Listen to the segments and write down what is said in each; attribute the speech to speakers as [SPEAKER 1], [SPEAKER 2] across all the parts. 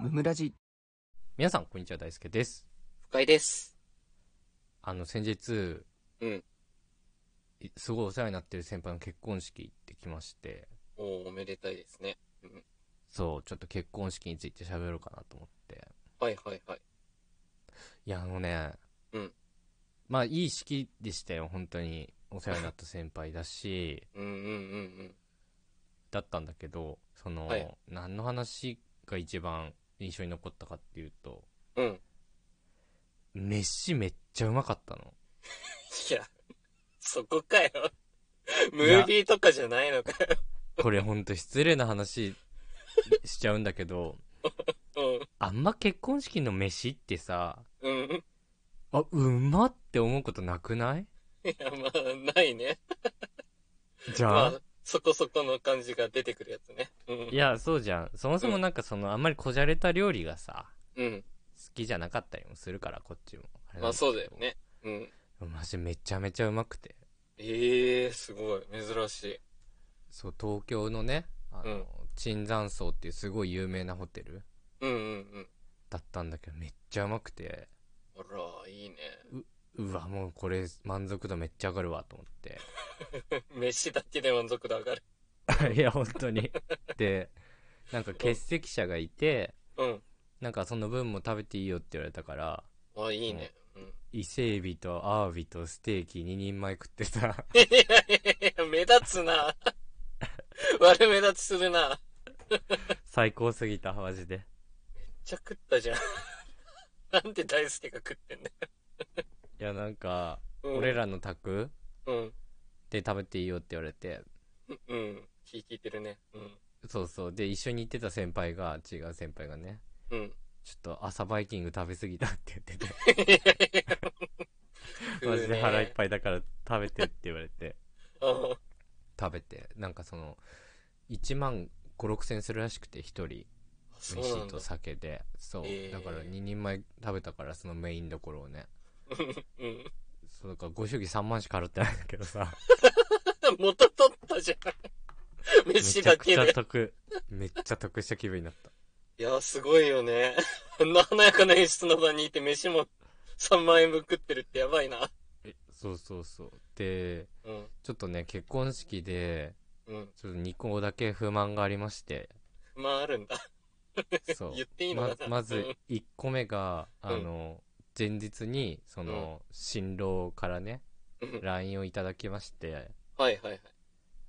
[SPEAKER 1] ムムラジ
[SPEAKER 2] 皆さん、こんにちは、大輔です。
[SPEAKER 3] 不快です。
[SPEAKER 2] あの、先日、
[SPEAKER 3] うん
[SPEAKER 2] いすごいお世話になってる先輩の結婚式行ってきまして、
[SPEAKER 3] おーおめでたいですね。
[SPEAKER 2] そう、ちょっと結婚式について喋ろうかなと思って。
[SPEAKER 3] はいはいはい。
[SPEAKER 2] いや、あのね、
[SPEAKER 3] うん
[SPEAKER 2] まあ、いい式でしたよ、本当に。お世話になった先輩だし、
[SPEAKER 3] うんうんうん
[SPEAKER 2] だったんだけど、その、
[SPEAKER 3] はい
[SPEAKER 2] 何の話が一番印象に残ったかっていうと、
[SPEAKER 3] うん。うん。
[SPEAKER 2] 飯めっちゃうまかったの。
[SPEAKER 3] いや、そこかよ。ムービーとかじゃないのかよ。
[SPEAKER 2] これほんと失礼な話しちゃうんだけど、あんま結婚式の飯ってさ、
[SPEAKER 3] うん。うん。
[SPEAKER 2] あ、うまって思うことなくない
[SPEAKER 3] いや、まあ、ないね。
[SPEAKER 2] じゃ
[SPEAKER 3] ま
[SPEAKER 2] あ、
[SPEAKER 3] あ、そこそこの感じが出てくるやつね。うん。
[SPEAKER 2] いや、そうじゃん。そもそもなんかその、あんまりこじゃれた料理がさ、
[SPEAKER 3] うん。
[SPEAKER 2] 好きじゃなかったりもするから、こっちも。れなんけ
[SPEAKER 3] まあ、
[SPEAKER 2] ど
[SPEAKER 3] そうだよ。ね。うん。
[SPEAKER 2] マジめちゃめちゃうまくて。
[SPEAKER 3] ええー、すごい。珍しい。
[SPEAKER 2] そう、東京のね、あ
[SPEAKER 3] うん
[SPEAKER 2] の、椿山荘っていうすごい有名なホテル
[SPEAKER 3] うんうん
[SPEAKER 2] だったんだけど、めっちゃうまくて、
[SPEAKER 3] うん。あら、いいね。
[SPEAKER 2] うわ、もうこれ満足度めっちゃ上がるわと思って。
[SPEAKER 3] 飯だけで満足度上がる。
[SPEAKER 2] いや、本当に。で、なんか欠席者がいて、
[SPEAKER 3] うん。
[SPEAKER 2] なんかその分も食べていいよって言われたから、
[SPEAKER 3] あ、いいね。うん。
[SPEAKER 2] 伊勢海老とアワビとステーキ2人前食って さ
[SPEAKER 3] いやいやいや、目立つな。 悪目立ちするな。めっ
[SPEAKER 2] 最高すぎたマジで
[SPEAKER 3] ちゃ食ったじゃん。 なんで大輔が食ってんだよ。
[SPEAKER 2] いやなんか、
[SPEAKER 3] うん
[SPEAKER 2] 俺。らの宅
[SPEAKER 3] うん。
[SPEAKER 2] で食べていいよって言われて
[SPEAKER 3] うん。気聞いてるね。
[SPEAKER 2] そうそうで一緒に行ってた先輩が違う先輩がね
[SPEAKER 3] うん。うん。
[SPEAKER 2] ちょっと朝バイキング食べ過ぎたって言 ってて
[SPEAKER 3] 食うね
[SPEAKER 2] マジで腹いっぱいだから食べてって言われて
[SPEAKER 3] うん
[SPEAKER 2] 食べてなんかその1万56000するらしくて1人
[SPEAKER 3] そうな
[SPEAKER 2] 飯
[SPEAKER 3] んだ
[SPEAKER 2] と。酒でそう
[SPEAKER 3] えー
[SPEAKER 2] だから2人前食べたからそのメインどころをね
[SPEAKER 3] うん。
[SPEAKER 2] そうだからご祝儀3万しか払ってないんだけどさ
[SPEAKER 3] 元取ったじゃ ん。
[SPEAKER 2] め
[SPEAKER 3] 飯
[SPEAKER 2] ちゃ
[SPEAKER 3] だ
[SPEAKER 2] く
[SPEAKER 3] け
[SPEAKER 2] ちゃ
[SPEAKER 3] で。
[SPEAKER 2] 得、めっちゃ得した気分にな った。
[SPEAKER 3] いや、すごいよね。あんな華やかな演出の場にいて飯も3万円分食ってるってやばいな。
[SPEAKER 2] そうそうそう。で、
[SPEAKER 3] うん。
[SPEAKER 2] ちょっとね、結婚式で、
[SPEAKER 3] うん。
[SPEAKER 2] ちょっと2個だけ不満がありまして、
[SPEAKER 3] まああるんだ。
[SPEAKER 2] そう。
[SPEAKER 3] 言っていいのかな
[SPEAKER 2] ままず1個目が、あの、前日に、その、新郎からね、
[SPEAKER 3] うん。
[SPEAKER 2] LINE をいただきまして、
[SPEAKER 3] はいはいはい。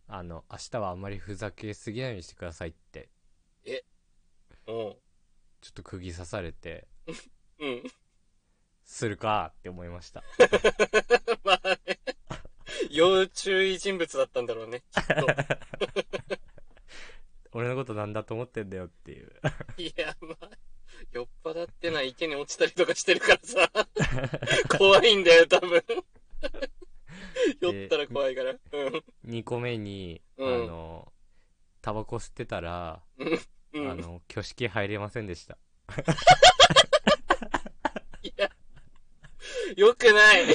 [SPEAKER 2] あの、明日はあんまりふざけすぎないようにしてくださいって、
[SPEAKER 3] うん。
[SPEAKER 2] ちょっと釘刺されて、
[SPEAKER 3] うん。
[SPEAKER 2] するかって思いました。
[SPEAKER 3] まあね。要注意人物だったんだろう ね、きっ
[SPEAKER 2] 俺のことなんだと思ってんだよっていう。
[SPEAKER 3] と。いや、まあ、酔っ払ってない池に落ちたりとかしてるからさ。怖いんだよ、多分。酔ったら怖いから。うん。
[SPEAKER 2] 2個目に、
[SPEAKER 3] うん
[SPEAKER 2] あのタバコ吸ってたら、
[SPEAKER 3] うん
[SPEAKER 2] あ。の挙式入れませんでした
[SPEAKER 3] いや、よくない。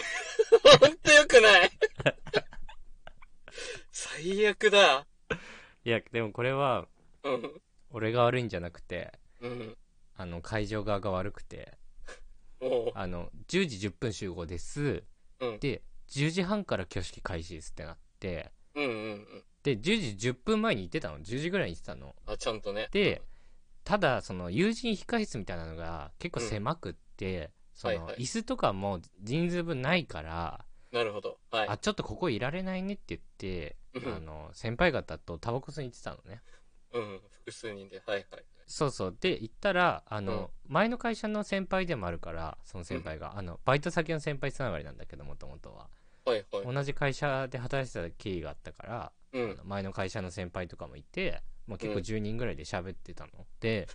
[SPEAKER 3] ほんとよく ない。最悪だ。
[SPEAKER 2] いやでもこれは
[SPEAKER 3] うん。
[SPEAKER 2] 俺が悪いんじゃなくて
[SPEAKER 3] うん。
[SPEAKER 2] あの会場側が悪くて
[SPEAKER 3] も
[SPEAKER 2] あの10時10分集合です
[SPEAKER 3] う。うん。
[SPEAKER 2] で10時半から挙式開始ですってなって
[SPEAKER 3] うんうんうん。
[SPEAKER 2] で10時10分前に行ってたの10時ぐらいに行ってたの
[SPEAKER 3] あ、ちゃんとね。
[SPEAKER 2] でただその友人控室みたいなのが結構狭くって、その
[SPEAKER 3] はいはい
[SPEAKER 2] 椅子とかも人数分ないから、
[SPEAKER 3] なるほど。はい
[SPEAKER 2] あ。ちょっとここいられないねって言って、
[SPEAKER 3] うん
[SPEAKER 2] あの先輩方とタバコ吸いに行ってたのね
[SPEAKER 3] うん。複数人で。はいはい。
[SPEAKER 2] そうそうで行ったらあの、前の会社の先輩でもあるからその先輩が、あのバイト先の先輩つながりなんだけどもともとは
[SPEAKER 3] はいはい。
[SPEAKER 2] 同じ会社で働いてた経緯があったから、
[SPEAKER 3] うん
[SPEAKER 2] あ。の前の会社の先輩とかもいて、まあ、結構
[SPEAKER 3] うん
[SPEAKER 2] 10人ぐらいで喋ってたの、で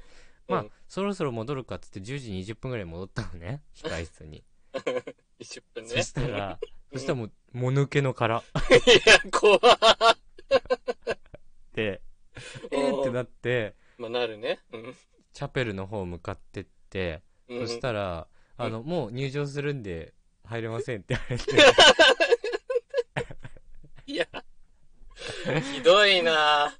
[SPEAKER 3] うん
[SPEAKER 2] まあ、そろそろ戻るかっつって10時20分ぐらいに戻ったのね 控室に
[SPEAKER 3] 20分ね。
[SPEAKER 2] そしたらそしたらもうもぬけの殻
[SPEAKER 3] いや、怖っ。
[SPEAKER 2] でえーってなって
[SPEAKER 3] まあ、なるね。うん。
[SPEAKER 2] チャペルの方向かってって、
[SPEAKER 3] うん
[SPEAKER 2] そしたら、あの、もう入場するんで入れません って言われて、
[SPEAKER 3] いや、ひどいな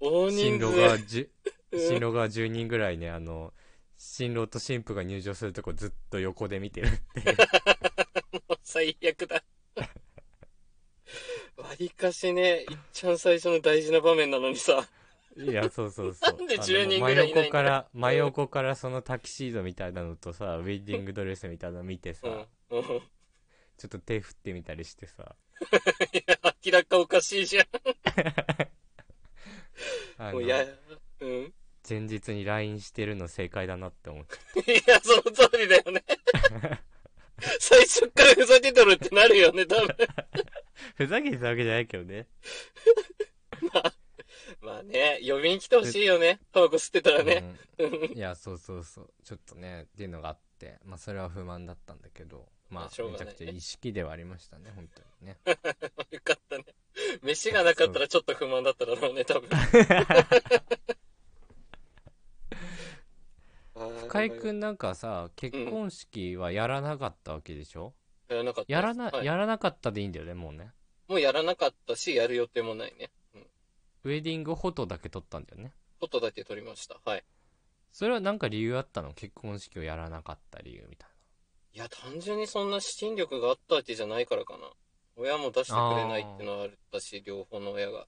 [SPEAKER 3] 大人
[SPEAKER 2] 新
[SPEAKER 3] 数。
[SPEAKER 2] 郎が10、新郎が10人ぐらいね、あの、新郎と新婦が入場するとこずっと横で見 てるっていう
[SPEAKER 3] 最悪だ。わりかしね、いっちゃん最初の大事な場面なのにさ。
[SPEAKER 2] いや、そうそうそう。
[SPEAKER 3] なんで
[SPEAKER 2] あの
[SPEAKER 3] 10人ぐら
[SPEAKER 2] 真
[SPEAKER 3] いいない
[SPEAKER 2] 横
[SPEAKER 3] んだよ
[SPEAKER 2] から、真横からそのタキシードみたいなのとさ、ウェディングドレスみたいなの見てさ、
[SPEAKER 3] うん。うん。い
[SPEAKER 2] ちょっと手振ってみたりしてさ、
[SPEAKER 3] や、明らかおかしいじゃ
[SPEAKER 2] あの
[SPEAKER 3] ん。もうや、うん。い
[SPEAKER 2] 前日に LINE してるの正解だなって思って。
[SPEAKER 3] や、その通りだよ ね。最初からふざけとるってなるよね、多分。
[SPEAKER 2] ふざけてたわけじゃないけどね。
[SPEAKER 3] まあね、呼びに来てほしいよね。タバコ吸ってたらね。
[SPEAKER 2] うん いや、そうそうそう。ちょっとね、っていうのがあって、まあそれは不満だったんだけど、ま
[SPEAKER 3] まあし
[SPEAKER 2] あ、
[SPEAKER 3] ょう
[SPEAKER 2] めち
[SPEAKER 3] がな
[SPEAKER 2] ゃ
[SPEAKER 3] い
[SPEAKER 2] くちゃ意識ではありましたね、本当にね。
[SPEAKER 3] よかったね。飯がなかったらちょっと不満だっただろうね、多分。
[SPEAKER 2] 深井
[SPEAKER 3] ん
[SPEAKER 2] くんなんかさ、結婚式はやらなかったわけでしょ、
[SPEAKER 3] やらなかったです。
[SPEAKER 2] やらな、
[SPEAKER 3] はい
[SPEAKER 2] やらなかったでいいんだよね、もうね。
[SPEAKER 3] もうやらなかったし、やる予定もないね。うん。
[SPEAKER 2] ウェディングフォトだけ撮ったんだよね。
[SPEAKER 3] 外だけ撮りました。はい。
[SPEAKER 2] それはなんか理由あったの結婚式をやらなかった理由みたい
[SPEAKER 3] いや、単純にそんな資金力があったわけじゃないからかな。親も出してくれないってのはあったし、両方の親が。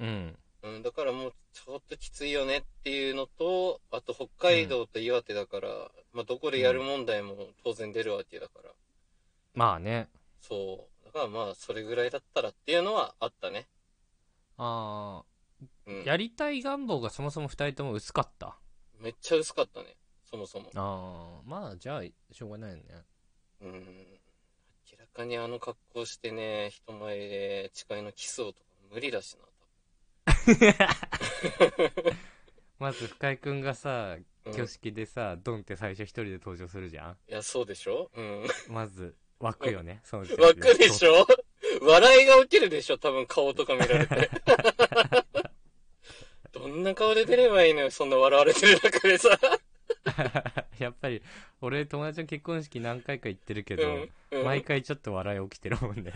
[SPEAKER 2] な。うん。
[SPEAKER 3] うん、だからもうちょっときついよねっていうのと、あと北海道と岩手だから、まあどこでやる問題も当然出るわけだから。
[SPEAKER 2] まあね。
[SPEAKER 3] そう。だからまあ、それぐらいだったらっていうのはあったね。
[SPEAKER 2] あ
[SPEAKER 3] う
[SPEAKER 2] あ、
[SPEAKER 3] ん。
[SPEAKER 2] やりたい願望がそもそも二人とも薄かった。
[SPEAKER 3] めっちゃ薄かったね。そもそも。
[SPEAKER 2] ああ、まあじゃあ、しょうがないよね。
[SPEAKER 3] うん。明らかにあの格好してね、人前で誓いのキスをとか無理だし
[SPEAKER 2] まず深井くんがさ、
[SPEAKER 3] な。うん、
[SPEAKER 2] 挙式でさ、ドンって最初一人で登場するじゃ
[SPEAKER 3] いや、そうでしょうん。
[SPEAKER 2] んまず、湧くよね、その時点
[SPEAKER 3] わかるでし
[SPEAKER 2] ょ
[SPEAKER 3] ょ笑いが起きるでしょ多分顔とか見られて。 どんな顔で出ればいいのよそんな笑われてる中でさ。
[SPEAKER 2] やっぱり、俺友達の結婚式何回か行ってるけ
[SPEAKER 3] う
[SPEAKER 2] ど、
[SPEAKER 3] ん。うん
[SPEAKER 2] 毎回ちょっと笑い起きてるもん ね。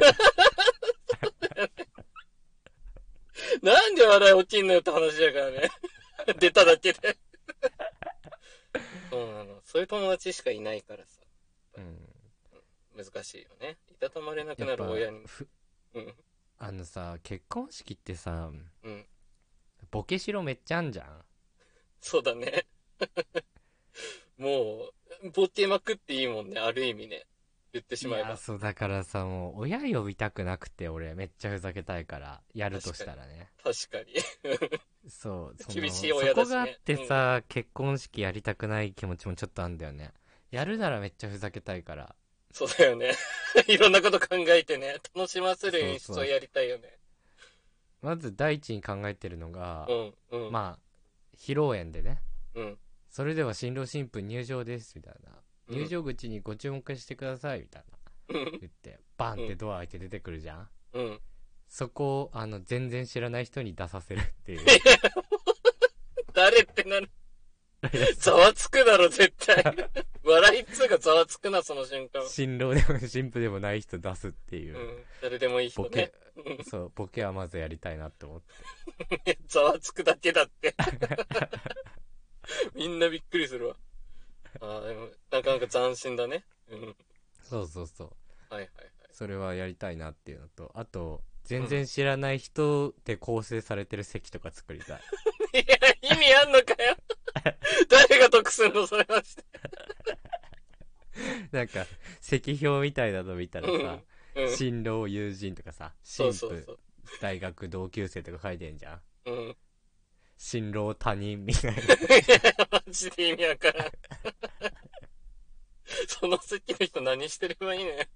[SPEAKER 3] なんで笑い起きんのよって話だからね。 出ただけで。 そうなの。そういう友達しかいないからさ、
[SPEAKER 2] うん。
[SPEAKER 3] 難しいよね。いたたまれなく
[SPEAKER 2] や
[SPEAKER 3] な
[SPEAKER 2] っぱ
[SPEAKER 3] る親に。
[SPEAKER 2] ふ
[SPEAKER 3] うん。
[SPEAKER 2] あのさ、結婚式ってさ、
[SPEAKER 3] うん。
[SPEAKER 2] ボケしろめっちゃあんじゃん。
[SPEAKER 3] そうだね。 もう、ボケまくっていいもんね。ある意味ね。言ってしまえ
[SPEAKER 2] いや
[SPEAKER 3] ば。
[SPEAKER 2] そうだからさもう親呼びたくなくて俺めっちゃふざけたいからやるとしたらね
[SPEAKER 3] 確かに。
[SPEAKER 2] そうその
[SPEAKER 3] 厳しい親だしね
[SPEAKER 2] そこがあってさ、結婚式やりたくない気持ちもちょっとあんだよねやるならめっちゃふざけたいから
[SPEAKER 3] そうだよね。 いろんなこと考えてね。楽しませる演
[SPEAKER 2] そうそ
[SPEAKER 3] 出を
[SPEAKER 2] う
[SPEAKER 3] やりたいよね。
[SPEAKER 2] まず第一に考えてるのが、
[SPEAKER 3] うん。うん。
[SPEAKER 2] まあ披露宴でね
[SPEAKER 3] うん。
[SPEAKER 2] それでは新郎新婦入場ですみたいな入場口にご注目してくださいみたいな
[SPEAKER 3] うん。
[SPEAKER 2] 言ってバンってドア開いて出てくるじゃん
[SPEAKER 3] うん。
[SPEAKER 2] そこをあの全然知らない人に出させるっていう
[SPEAKER 3] 誰っ てなる。ざわつくだろ、絶対。笑いっつうかざわつくな、その瞬間。
[SPEAKER 2] 新郎でも新婦でもない人出すっていうう、
[SPEAKER 3] ん。誰でもいい人
[SPEAKER 2] ボ
[SPEAKER 3] ね
[SPEAKER 2] ケ。、そう、ボケはまずやりたいなって思って。
[SPEAKER 3] ざわつくだけだ って。みんなびっくりするわ。ああ、でも、なかなか斬新だね。うん。
[SPEAKER 2] そうそうそう。
[SPEAKER 3] はいはいはい。
[SPEAKER 2] それはやりたいなっていうのと、あと、全然知らない人で構成されてる席とか作りたい。
[SPEAKER 3] い や、意味あんのかよ。誰が得すんの、それはして。
[SPEAKER 2] なんか、席表みたいなの見たらさ、
[SPEAKER 3] うん。
[SPEAKER 2] 新郎友人とかさ、新
[SPEAKER 3] そうそう
[SPEAKER 2] 婦
[SPEAKER 3] そう。
[SPEAKER 2] 大学同級生とか書いてんじゃん。
[SPEAKER 3] うん。
[SPEAKER 2] 新郎他人みたいな。
[SPEAKER 3] マジで意味わからん。 その席の人何してればいいね。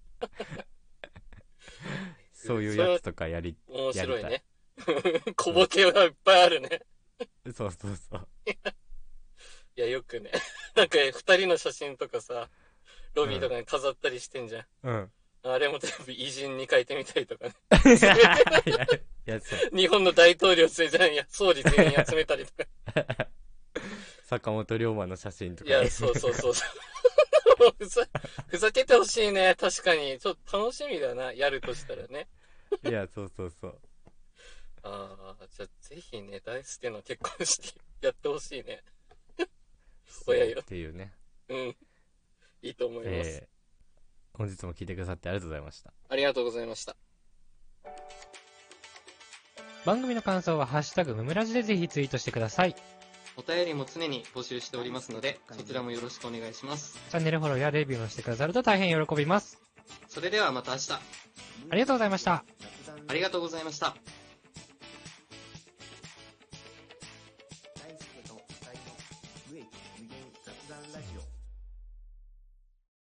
[SPEAKER 2] そういうやつとかやり、
[SPEAKER 3] 面白い
[SPEAKER 2] やり
[SPEAKER 3] ね。 小ボケがいっぱいあるね。
[SPEAKER 2] そうそうそう。
[SPEAKER 3] いや、よくね。 なんか、二人の写真とかさ、ロビーとかに飾ったりしてんじゃん。
[SPEAKER 2] うん。
[SPEAKER 3] あれも全部偉人に書いてみたりとかね。
[SPEAKER 2] ややつ
[SPEAKER 3] 日本の大統領全員、いや、総理全員集めたりと か。
[SPEAKER 2] 坂本龍馬の写真と
[SPEAKER 3] い
[SPEAKER 2] か。
[SPEAKER 3] や、そうそうそ うそう。ふざ、ふざけてほしいね。確かに。ちょっと楽しみだな。やるとしたらね。
[SPEAKER 2] いや、そうそうそう。
[SPEAKER 3] ああ、じゃあぜひね、大好きな結婚式やってほしいね。そやよ
[SPEAKER 2] っていうね、
[SPEAKER 3] うん。いいと思います。
[SPEAKER 2] えー本日も聞いてくださってありがとうございました
[SPEAKER 3] ありがとうございました。
[SPEAKER 2] 番組の感想は「ハッシュタグむむらじ」でぜひツイートしてくださいチ
[SPEAKER 3] お便りも常に募集しておりますので、そちらもよろしくお願いします。
[SPEAKER 2] ャンネルフォローやレビューもしてくださると大変喜びます
[SPEAKER 3] それではまた明日、
[SPEAKER 2] ありがとうございました
[SPEAKER 1] 雑談
[SPEAKER 3] ありがとうございました。